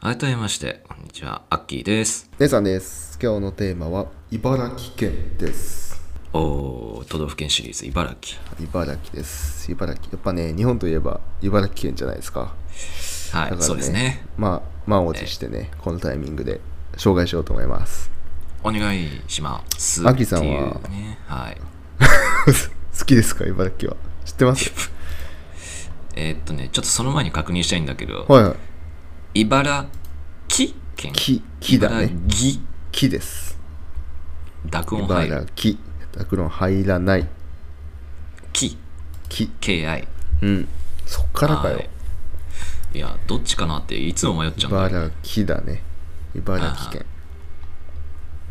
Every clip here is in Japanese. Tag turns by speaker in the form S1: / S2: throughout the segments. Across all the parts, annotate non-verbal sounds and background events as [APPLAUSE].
S1: 改めましてこんにちはアッキーです
S2: 姉さんです。今日のテーマは茨城県です。
S1: おー都道府県シリーズ茨城
S2: 茨城です。茨城。やっぱね、日本といえば茨城県じゃないですか。
S1: はい、
S2: だからね
S1: そうですね
S2: まあ、満を持してね、このタイミングで紹介しようと思います。 [LAUGHS]
S1: お願いします
S2: アッキーさんは
S1: っていうねはい
S2: 好きですか、茨城は。知ってます [LAUGHS]
S1: えーっとねちょっとその前に確認したいんだけど、
S2: はいはい。
S1: 茨城県
S2: 木、木だね。
S1: 茨城
S2: 木です。
S1: 濁音入る
S2: 茨城。ダクロン入らない。
S1: 木
S2: 木。
S1: KI
S2: うん。そっからか
S1: は
S2: よ。
S1: いいやどっちかなっていつも迷っちゃうんだよ
S2: 茨城だね。茨城県。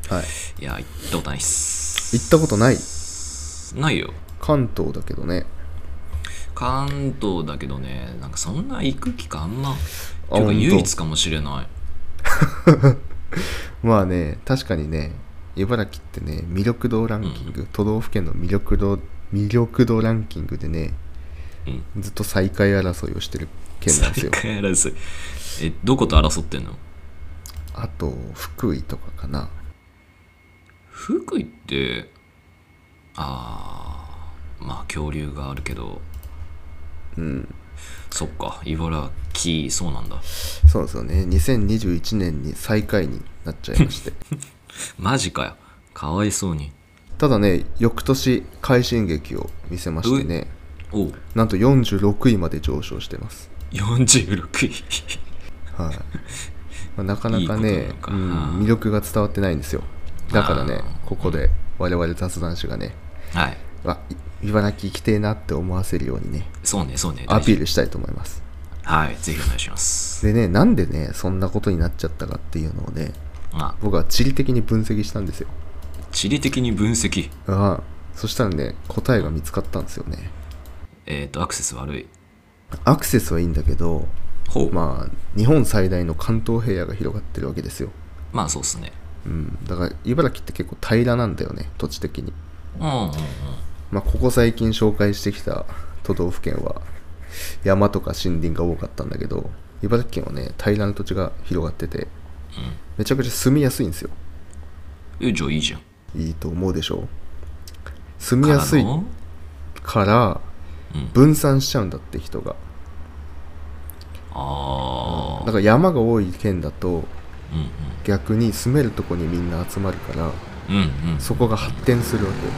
S2: はい。
S1: いや行ったことないっす
S2: 行ったことない
S1: ないよ
S2: 関東だけどね。
S1: 関東だけどねなんかそんな行く機会あんま
S2: あ
S1: ていうか
S2: ほんと
S1: 唯一かもしれない
S2: まあね、確かにね、茨城ってね、魅力度ランキング、都道府県の魅力度、魅力度ランキングでね、
S1: うん
S2: ずっと最下位争いをしてる県なんです
S1: 最
S2: よ。
S1: 下位争いえどこと争ってんの
S2: あと、福井とかかな。
S1: 福井ってあーまあ恐竜があるけど
S2: うん。
S1: そっか茨城そうなんだ
S2: そうですよね。2021年に最下位になっちゃいまして。
S1: マジかよかわいそうに
S2: ただね、翌年、快進撃を見せましてね、
S1: おう
S2: なんと46位まで上昇してます。
S1: 46位 [LAUGHS]
S2: はい、まあなかなかね
S1: いいことな
S2: う
S1: のかなん
S2: 魅力が伝わってないんですよだからね
S1: あー
S2: ここで我々雑談師がね
S1: はい
S2: あい茨城行きてえなって思わせるようにね
S1: そうねそうね
S2: アピー
S1: ル
S2: ルしたいと思います
S1: はいぜひお願いします
S2: でねなんでねそんなことになっちゃったかっていうのをね
S1: まあ
S2: 僕は地理的に分析したんですよ
S1: 地理的に分析
S2: ああそしたらね答えが見つかったんですよね
S1: えっ、とアクセス悪い
S2: アクセスはいいんだけど
S1: ほうま
S2: まあ日本最大の関東平野が広がってるわけですよ
S1: あそうっすね
S2: うんだから茨城って結構平らなんだよね土地的に
S1: うんうんうん
S2: まあ、ここ最近紹介してきた都道府県は山とか森林が多かったんだけど茨城県はね平らな土地が広がっててめちゃくちゃ住みやすいんですよ
S1: えじゃあいいじゃん
S2: いいと思うでしょう住みやすい
S1: からの
S2: から
S1: うん
S2: 分散しちゃうんだって人が
S1: ああ
S2: だから山が多い県だと
S1: うん
S2: 逆に住めるとこにみんな集まるから
S1: うんうん
S2: そこが発展するわけよ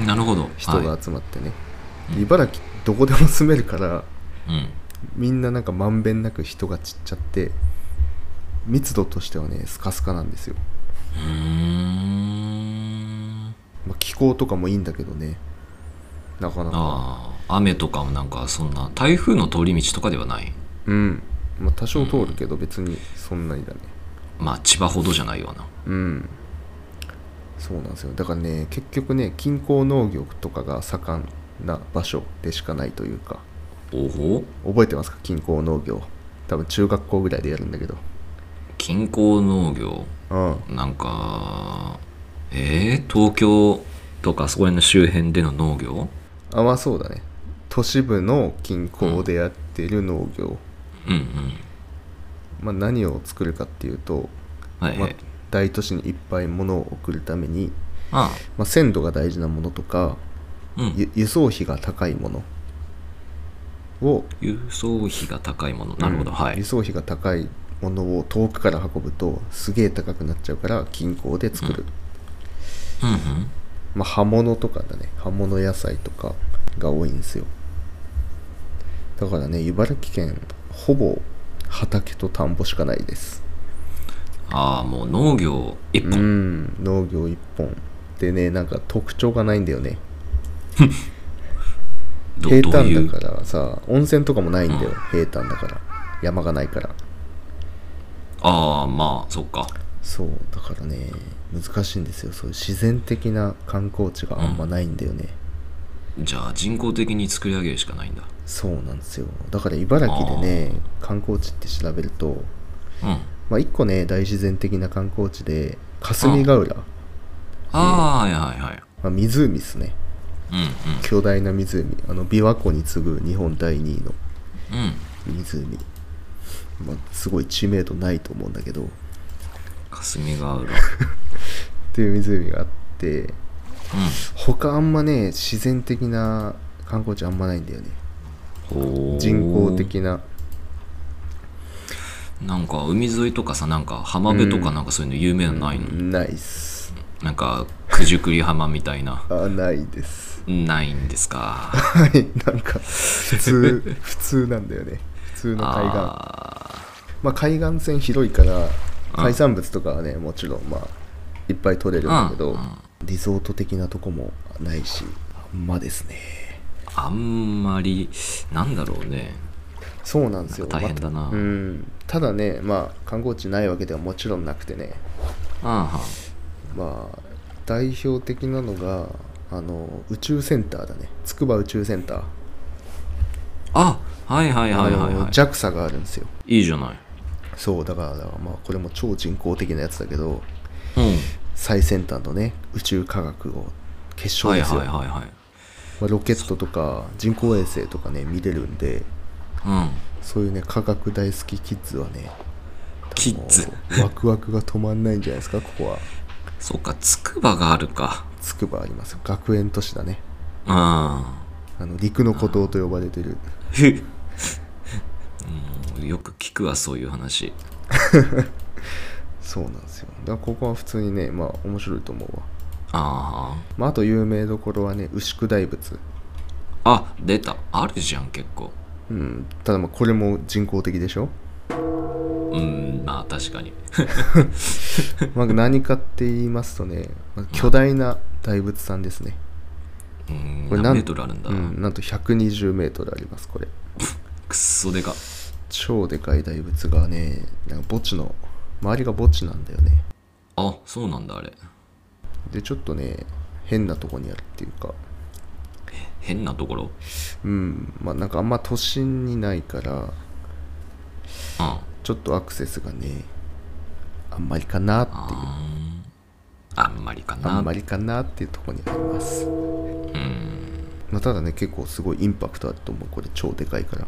S1: うんなるほど
S2: 人
S1: は
S2: が集まってね、茨城どこでも住めるから
S1: いうん
S2: みんななんかまんべんなく人が散っちゃって密度としてはねスカスカなんですよ、
S1: うーん
S2: まあ、気候とかもいいんだけどねなかなか
S1: ああ雨とかもなんかそんな台風の通り道とかではない
S2: うん、まあ、多少通るけど別にそんなにだね
S1: まあ千葉ほどじゃないような
S2: うんそうなんですよだからね結局ね近郊農業とかが盛んな場所でしかないというか
S1: おほ
S2: 覚えてますか近郊農業多分中学校ぐらいでやるんだけど
S1: 近郊農業
S2: うん
S1: なんかえー、東京とかそこら辺の周辺での農業
S2: あまあそうだね都市部の近郊でやってる農業、
S1: うんうん
S2: まあ、何を作るかっていうと、
S1: はい
S2: ま
S1: は
S2: あ
S1: い、
S2: 大都市にいっぱい物を送るために、
S1: あ
S2: まあ、鮮度が大事なものとか
S1: あうん
S2: ゆ輸送費が高いものを
S1: 輸送費が高いものなるほど、
S2: うん
S1: はい
S2: 輸送費が高いものを遠くから運ぶとすげえ高くなっちゃうから近郊で作る、
S1: うんうん
S2: まあ、葉物とかだね葉物野菜とかが多いんですよだからね茨城県ほぼ畑と田んぼしかないです
S1: ああもう農業一
S2: う
S1: 本
S2: ん農業一本でねなんか特徴がないんだよね
S1: ど
S2: 平
S1: どうい
S2: 坦
S1: う
S2: だからさ温泉とかもないんだよ、平坦だから山がないから
S1: ああまあそっか
S2: そうだからね難しいんですよそういう自然的な観光地があんまないんだよね、
S1: じゃあ人工的に作り上げるしかないんだ
S2: そうなんですよだから茨城でね観光地って調べると
S1: うん
S2: まあ一個ね大自然的な観光地で霞ヶ浦、ま
S1: ああーはいはいはい
S2: あ、湖ですね
S1: う
S2: 巨大な湖あの琵琶湖に次ぐ日本第2位の
S1: んうんうん
S2: 湖、まあ、すごい知名度ないと思うんだけどっ
S1: 霞ヶ浦
S2: ていう湖があって
S1: う
S2: 他あんまね自然的な観光地あんまないんだよね
S1: んほー
S2: 人工的な
S1: なんか海沿いとかさなんか浜辺とかなんかそういうの有名なのないの、
S2: ないっす
S1: なんか九十九里浜みたいな
S2: あないです [LAUGHS]
S1: ないんですか
S2: はいなんか
S1: [LAUGHS]
S2: 普通普通なんだよね普通の海岸
S1: あ
S2: まあ、海岸線広いから海産物とかはねもちろんまあいっぱい取れるんだけど、
S1: うんうん
S2: リゾート的なとこもないしあんまですね
S1: ーあんまりなんだろうね
S2: そうなんですよ
S1: なんか大変だな
S2: またうん、ただねまあ観光地ないわけではもちろんなくてね
S1: ああ
S2: まあ代表的なのがあの宇宙センターだね筑波宇宙センター
S1: あはいはいはいはい
S2: あの
S1: はい
S2: JAXA があるんですよ
S1: いいじゃない
S2: そうだからだからまあこれも超人工的なやつだけど
S1: うん
S2: 最先端のね宇宙科学を結晶
S1: はい
S2: です
S1: はい
S2: よ、
S1: はいはい
S2: まあ、ロケットとか人工衛星とかね見れるんで
S1: うん
S2: そういうね科学大好きキッズはね
S1: キッズ
S2: もうワクワクが止まんないんじゃないですかここは
S1: そうかつくばがあるか
S2: つくばありますよ学園都市だね
S1: うん
S2: あの陸の孤島と呼ばれてる
S1: ふうんよく聞くわそういう話
S2: そうなんですよだからここは普通にねまあ面白いと思うわ、
S1: ああ
S2: まあ、あと有名どころはね牛久大仏
S1: あ出たあるじゃん結構
S2: うんただまあこれも人工的
S1: [LAUGHS]
S2: でしょ
S1: うんまあ確かに [LAUGHS]
S2: まあ何かって言いますとね、まあ巨大な大仏さんですね、
S1: うん
S2: これな
S1: 何
S2: ん
S1: メートルあるんだ、
S2: うん、なんと120メートルありますこれ
S1: くっそでか
S2: 超でかい大仏がねなんか墓地の周りが墓地なんだよね
S1: あそうなんだあれ
S2: でちょっとね変なとこにあるっていうか
S1: 変なところ
S2: うんまあなんかあんま都心にないから
S1: うんあ
S2: ちょっとアクセスがねあんまりかなっていう
S1: ーあんまりかな
S2: あんまりかなっていうとこにありますまあ、ただね結構すごいインパクトあると思うこれ超でかいから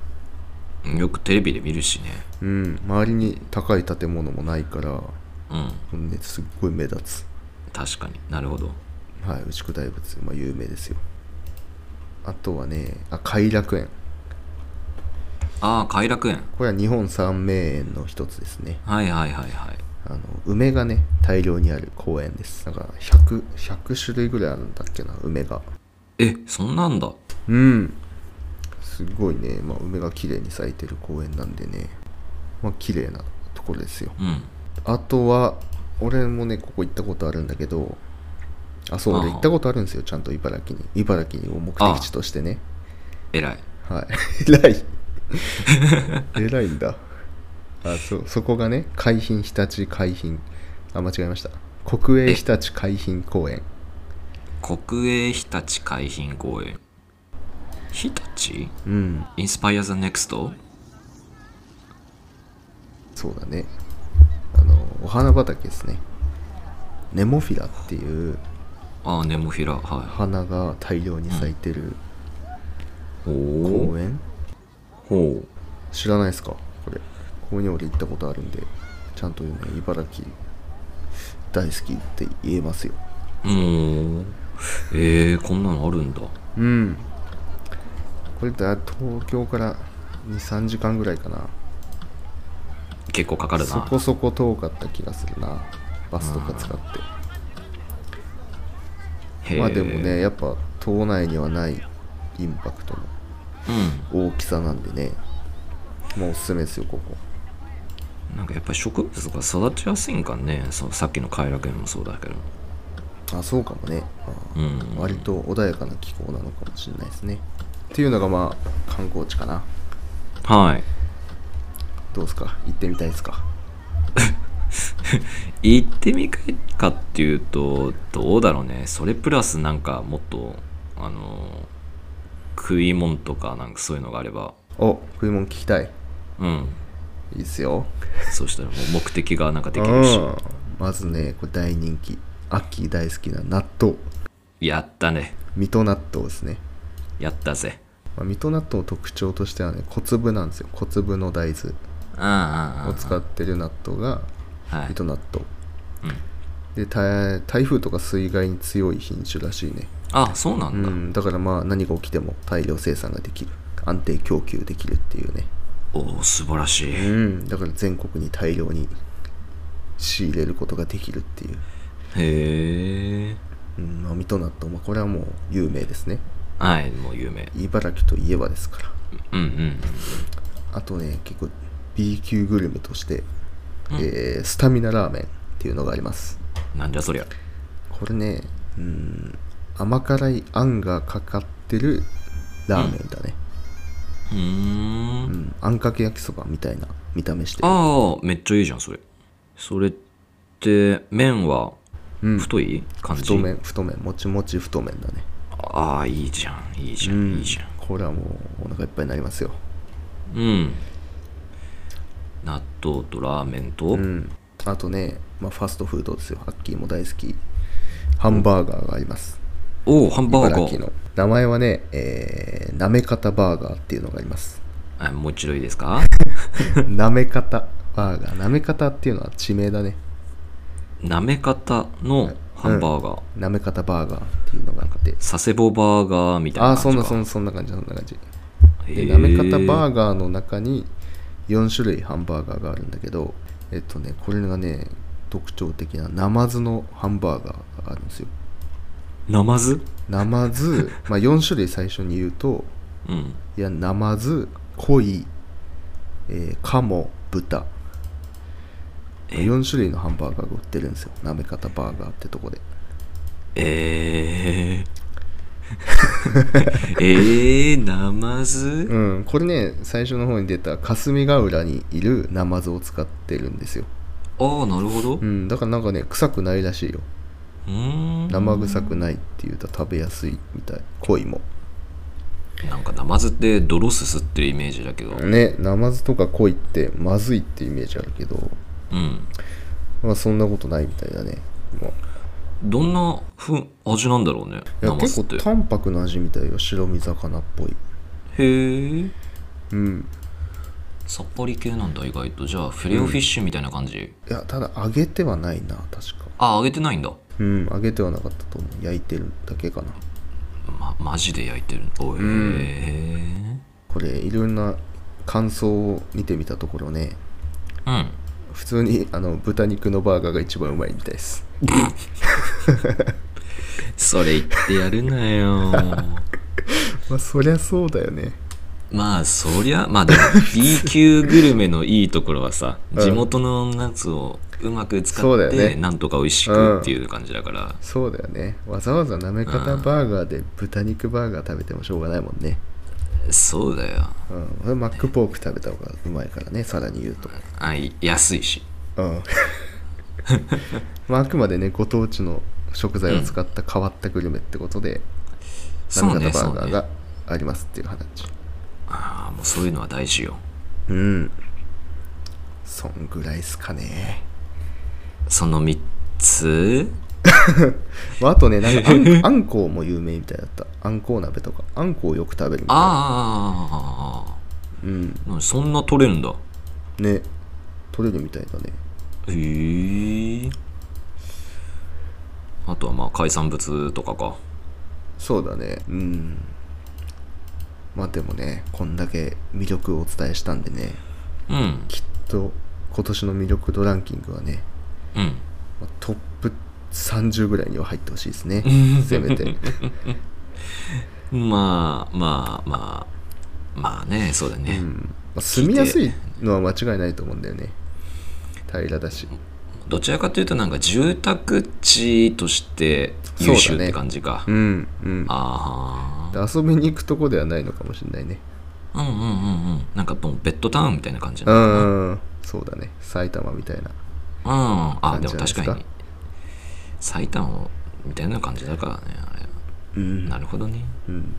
S1: うんよくテレビで見るしね
S2: うん周りに高い建物もないから
S1: うん
S2: これねすっごい目立つ
S1: 確かになるほど
S2: はい牛久大仏、まあ、有名ですよあとはねあ偕楽園
S1: ああ偕楽園
S2: これは日本三名園の一つですね
S1: はいはいはいはい
S2: あの梅がね大量にある公園ですだから 100, 100種類ぐらいあるんだっけな梅が
S1: えそんなんだ
S2: うんすごいね、まあ、梅が綺麗に咲いてる公園なんでねまあ綺麗なところですよ
S1: うん
S2: あとは俺もねここ行ったことあるんだけどあそう俺
S1: ああ
S2: 行ったことあるんですよちゃんと茨城に茨城を目的地としてね
S1: 偉い
S2: はい [LAUGHS] 偉い偉いんだあそうそこがね海浜日立海浜あ間違えました国営日立海浜公園
S1: 国営日立海浜公園日立
S2: うん
S1: インスパイア・ザ・ネクスト
S2: そうだねあのお花畑ですねネモフィラっていう
S1: ああネモフィラは
S2: 花が大量に咲いてる
S1: い
S2: 公
S1: ほ
S2: 園、
S1: うほう
S2: 知らないですかこれここに俺行ったことあるんでちゃんとね茨城大好きって言えますよ
S1: うーんええこんなのあるんだ
S2: うんこれだ東京から23時間ぐらいかな
S1: 結構かかる
S2: そ
S1: な
S2: こそこ遠かった気がするなバスとか使って
S1: へえ
S2: まあでもねやっぱ島内にはないインパクト
S1: うん
S2: の大きさなんでねもうおすすめですよここ
S1: なんかやっぱり植物が育ちやすいんかねそうさっきの偕楽園もそうだけど
S2: あそうかもね、あー
S1: うん
S2: 割と穏やかな気候なのかもしれないですねっていうのがまあ観光地かな
S1: はい
S2: どうですか行ってみたいですか
S1: 行ってみたいかっていうとどうだろうねそれプラスなんかもっとあの食い物とかなんかそういうのがあれば
S2: お食い物聞きたい
S1: うん
S2: いいっすよ
S1: そうしたらもう目的がなんかできるし
S2: うんまずねこれ大人気アッキー大好きな納豆
S1: やったね
S2: 水戸納豆ですね、
S1: やったぜ
S2: まあ、水戸納豆の特徴としてはね小粒なんですよ小粒の大豆
S1: うんうんうん
S2: を使ってる納豆が
S1: はい
S2: 水戸納豆
S1: うん
S2: でた台風とか水害に強い品種らしいね
S1: あそうな
S2: うん
S1: だ、
S2: んだからまあ何が起きても大量生産ができる安定供給できるっていうね
S1: おお素晴らしい、
S2: うんだから全国に大量に仕入れることができるっていう、
S1: へえ
S2: うんまあ、水戸納豆、まあ、これはもう有名ですね
S1: はいもう有名
S2: 茨城といえばですか
S1: う
S2: ら
S1: んうん
S2: あとね結構 B 級グルメとして、
S1: うん
S2: えースタミナラーメンっていうのがあります
S1: なんじゃそりゃ
S2: これねうん甘辛いあんがかかってるラーメンだね、
S1: うーん
S2: うんあんかけ焼きそばみたいな見た目してる
S1: ああめっちゃいいじゃんそれそれって麺は
S2: うん、
S1: 太い感じ、
S2: 太麺太麺もちもち太麺だね
S1: ああいいじゃんいいじゃん、
S2: うん
S1: いいじゃん
S2: これはもうお腹いっぱいになりますよ
S1: うん納豆とラーメンと、
S2: うんあとね、まあ、ファストフードですよハッキーも大好きハンバーガーがあります
S1: おおハンバーガ
S2: 茨城
S1: ー
S2: の名前はね、えー、なめ方バーガーっていうのがあります [LAUGHS]
S1: あもう一度いいですか
S2: なめ方バーガーなめ方っていうのは地名だね
S1: なめ方のハンバーガー、
S2: なめ方バーガーっていうのがあって
S1: 佐世保バーガーみたい
S2: あ
S1: な
S2: あ
S1: 感じ
S2: そんなそん
S1: な
S2: なそんな感じそんな感じでなめ方バーガーの中に4種類ハンバーガーがあるんだけどえっとねこれがね特徴的なナマズのハンバーガーがあるんですよ
S1: ナマズ
S2: ナマズ、 [LAUGHS] まあ、4種類最初に言うと
S1: うん
S2: いやナマズコイ、えー、カモ豚
S1: え
S2: 4種類のハンバーガーが売ってるんですよなめ方バーガーってとこで [LAUGHS]
S1: えー、えー、ナマズ
S2: うんこれね最初の方に出た霞ヶ浦にいるナマズを使ってるんですよ、
S1: ああなるほど
S2: う、
S1: うん
S2: だからなんかね臭くないらしいよ
S1: ーん
S2: 生臭くないっていうと食べやすいみたいコイも
S1: なんかナマズって泥すすってるイメージだけど
S2: ねナマズとかコイってまずいってイメージあるけど、
S1: うん
S2: まあ、そんなことないみたいだねもう
S1: どんなふん味なんだろうね
S2: い
S1: ナ
S2: や
S1: マ
S2: 結
S1: ズっ
S2: 構
S1: てへ
S2: 淡白な味みたいよ白身魚っぽい
S1: え
S2: うん
S1: さっぱり系なんだ意外とじゃあフィレオフィッシュみたいな感じ、
S2: いやただ揚げてはないな確か
S1: ああ揚げてないんだ
S2: うん揚げてはなかったと思う焼いてるだけかな
S1: まマジで焼いてるおへえ
S2: これいろんな感想を見てみたところね
S1: うん、
S2: 普通にあの豚肉のバーガーが一番うまいみたいです
S1: それ言ってやるなよ
S2: まあそりゃそうだよね
S1: [LAUGHS] まあそりゃまあでも B 級グルメのいいところはさ
S2: うん
S1: 地元のやつをうまく使
S2: そうだ
S1: っ
S2: よ
S1: て、
S2: ね
S1: なんとか美味しくっていう感じだから、
S2: そうだよねわざわざなめ方バーガーで豚肉バーガー食べてもしょうがないもんね
S1: そうだよ
S2: うん俺マックポーク食べた方がうまいからねさらに言うと
S1: あい安いし
S2: うん [LAUGHS] まああくまでねご当地の食材を使った変わったグルメってことで、
S1: そ
S2: な
S1: う
S2: め
S1: ね
S2: 方
S1: そう
S2: バーガー
S1: ね
S2: がありますっていう話
S1: ああもうそういうのは大事よ
S2: うんそんぐらいっすかね、
S1: その3つ
S2: まあ、あとねなんか
S1: [LAUGHS]
S2: あんあんこうも有名みたいだったあんこう鍋とかあんこうよく食べるみたい
S1: ああ
S2: うん
S1: 何そんな取れるんだ
S2: ね取れるみたいだね
S1: へえあとはまあ海産物とかか
S2: そうだねうんまあでもねこんだけ魅力をお伝えしたんでね
S1: うん
S2: きっと今年の魅力度ランキングはね
S1: うん
S2: まあトップ30ぐらいには入ってほしいです
S1: [LAUGHS]
S2: ねせめて
S1: まあまあまあまあねそうだね、
S2: うんまあ住みやすいのは間違いないと思うんだよね平らだし
S1: どちらかというとなんか住宅地として優秀って感じか、
S2: うんうん
S1: あ
S2: で遊びに行くとこではないのかもしれないね
S1: うんうんうんうんなんかもうベッドタウンみたいな感じ
S2: う
S1: なのか
S2: ん、うん、そうだね埼玉みたいな
S1: なうんあ
S2: 感
S1: で
S2: じ
S1: も
S2: じゃないですか
S1: 確かに埼玉みたいな感じだからねあれ
S2: うん
S1: なるほどね
S2: うん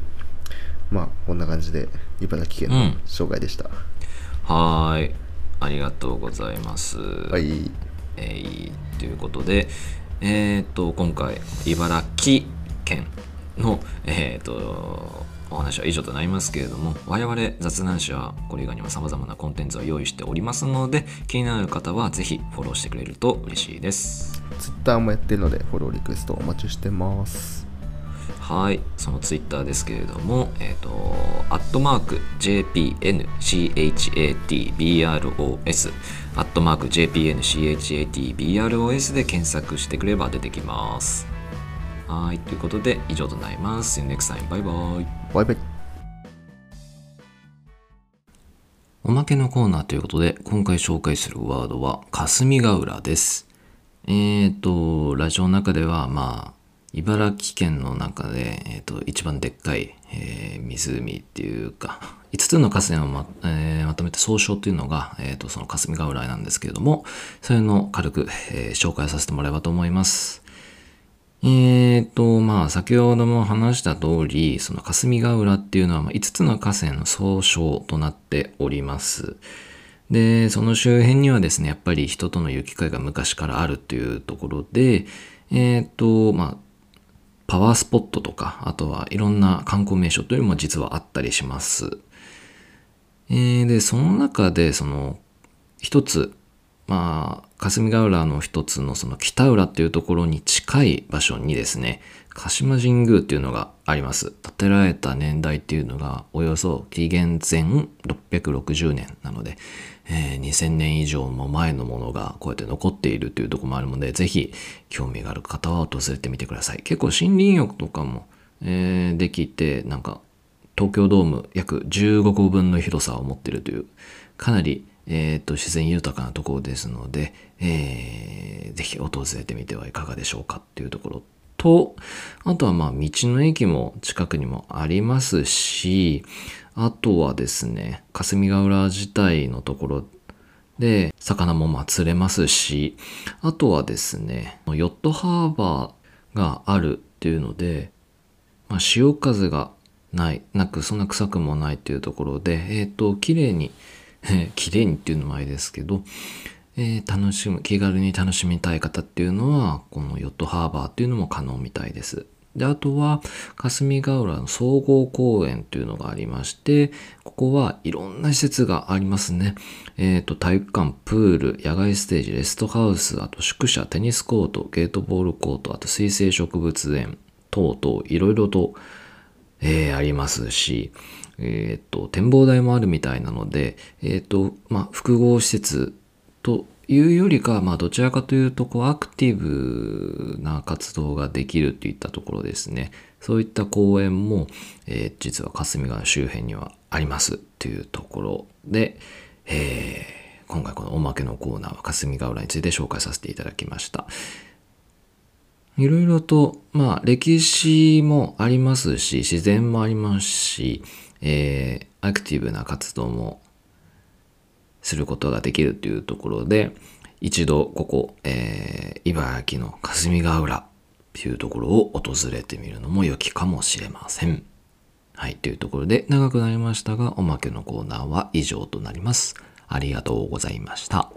S2: まあこんな感じで茨城県
S1: う
S2: の
S1: ん
S2: 紹介でした、
S1: はーいありがとうございます
S2: はい
S1: えーということで、えー、と今回茨城県の、えー、とお話は以上となりますけれども我々雑談師はこれ以外にもさまざまなコンテンツを用意しておりますので気になる方はぜひフォローしてくれると嬉しいです。
S2: Twitter もやってるのでフォローリクエストお待ちしてます
S1: はい、そのツイッターですけれども、えっ、と、アットマーク JPNCHATBROS、アットマーク JPNCHATBROS で検索してくれば出てきます。はい、ということで以上となります。See you next time. バイバイ。
S2: バイバイ
S1: おまけのコーナーということで、今回紹介するワードは、霞ヶ浦です。えっ、と、ラジオの中では、まあ、茨城県の中で、えっ、と、一番でっかい、えー湖っていうか、5つの河川をま,、 [LAUGHS] えーまとめて総称というのが、えっ、と、その霞ヶ浦なんですけれども、それの軽く、えー紹介させてもらえればと思います。えーと、まあ、先ほども話した通り、その霞ヶ浦っていうのはまあ5つの河川の総称となっております。で、その周辺にはですね、やっぱり人との行き交いが昔からあるというところで、えーと、まあ、パワースポットとか、あとはいろんな観光名所というのも実はあったりします。えーで、その中で、その、一つ、まあ、霞ヶ浦の一つのその北浦っていうところに近い場所にですね、鹿島神宮っていうのがあります。建てられた年代っていうのがおよそ紀元前660年なので、えー2000年以上も前のものがこうやって残っているというところもあるので、ぜひ興味がある方は訪れてみてください。結構森林浴とかも、えーできて、なんか東京ドーム約15個分の広さを持っているという、かなり、えーと自然豊かなところですので、えーぜひ訪れてみてはいかがでしょうかっていうところと、あとはまあ道の駅も近くにもありますし、あとはですね、霞ヶ浦自体のところで、魚もまあ釣れますし、あとはですね、ヨットハーバーがあるっていうので、まあ、潮風がない、なく、そんな臭くもないというところで、えっ、と、綺麗に、 [LAUGHS] えー綺麗にっていうのもあれですけど、えー楽しむ、気軽に楽しみたい方っていうのは、このヨットハーバーっていうのも可能みたいです。で、あとは、霞ヶ浦の総合公園というのがありまして、ここはいろんな施設がありますね。えっ、と、体育館、プール、野外ステージ、レストハウス、あと宿舎、テニスコート、ゲートボールコート、あと水生植物園、等々、いろいろと、えーありますし、えーっと、展望台もあるみたいなので、えーっと、まあ、複合施設というよりかは、まあ、どちらかというと、こう、アクティブな活動ができるといったところですね。そういった公園も、えー実は霞ヶ浦周辺にはありますというところで、えー今回このおまけのコーナーは霞ヶ浦について紹介させていただきました。いろいろと、まあ、歴史もありますし、自然もありますし、えーアクティブな活動もすることができるというところで、一度ここ、えー茨城の霞ヶ浦というところを訪れてみるのも良きかもしれません。はい、というところで長くなりましたが、おまけのコーナーは以上となります。ありがとうございました。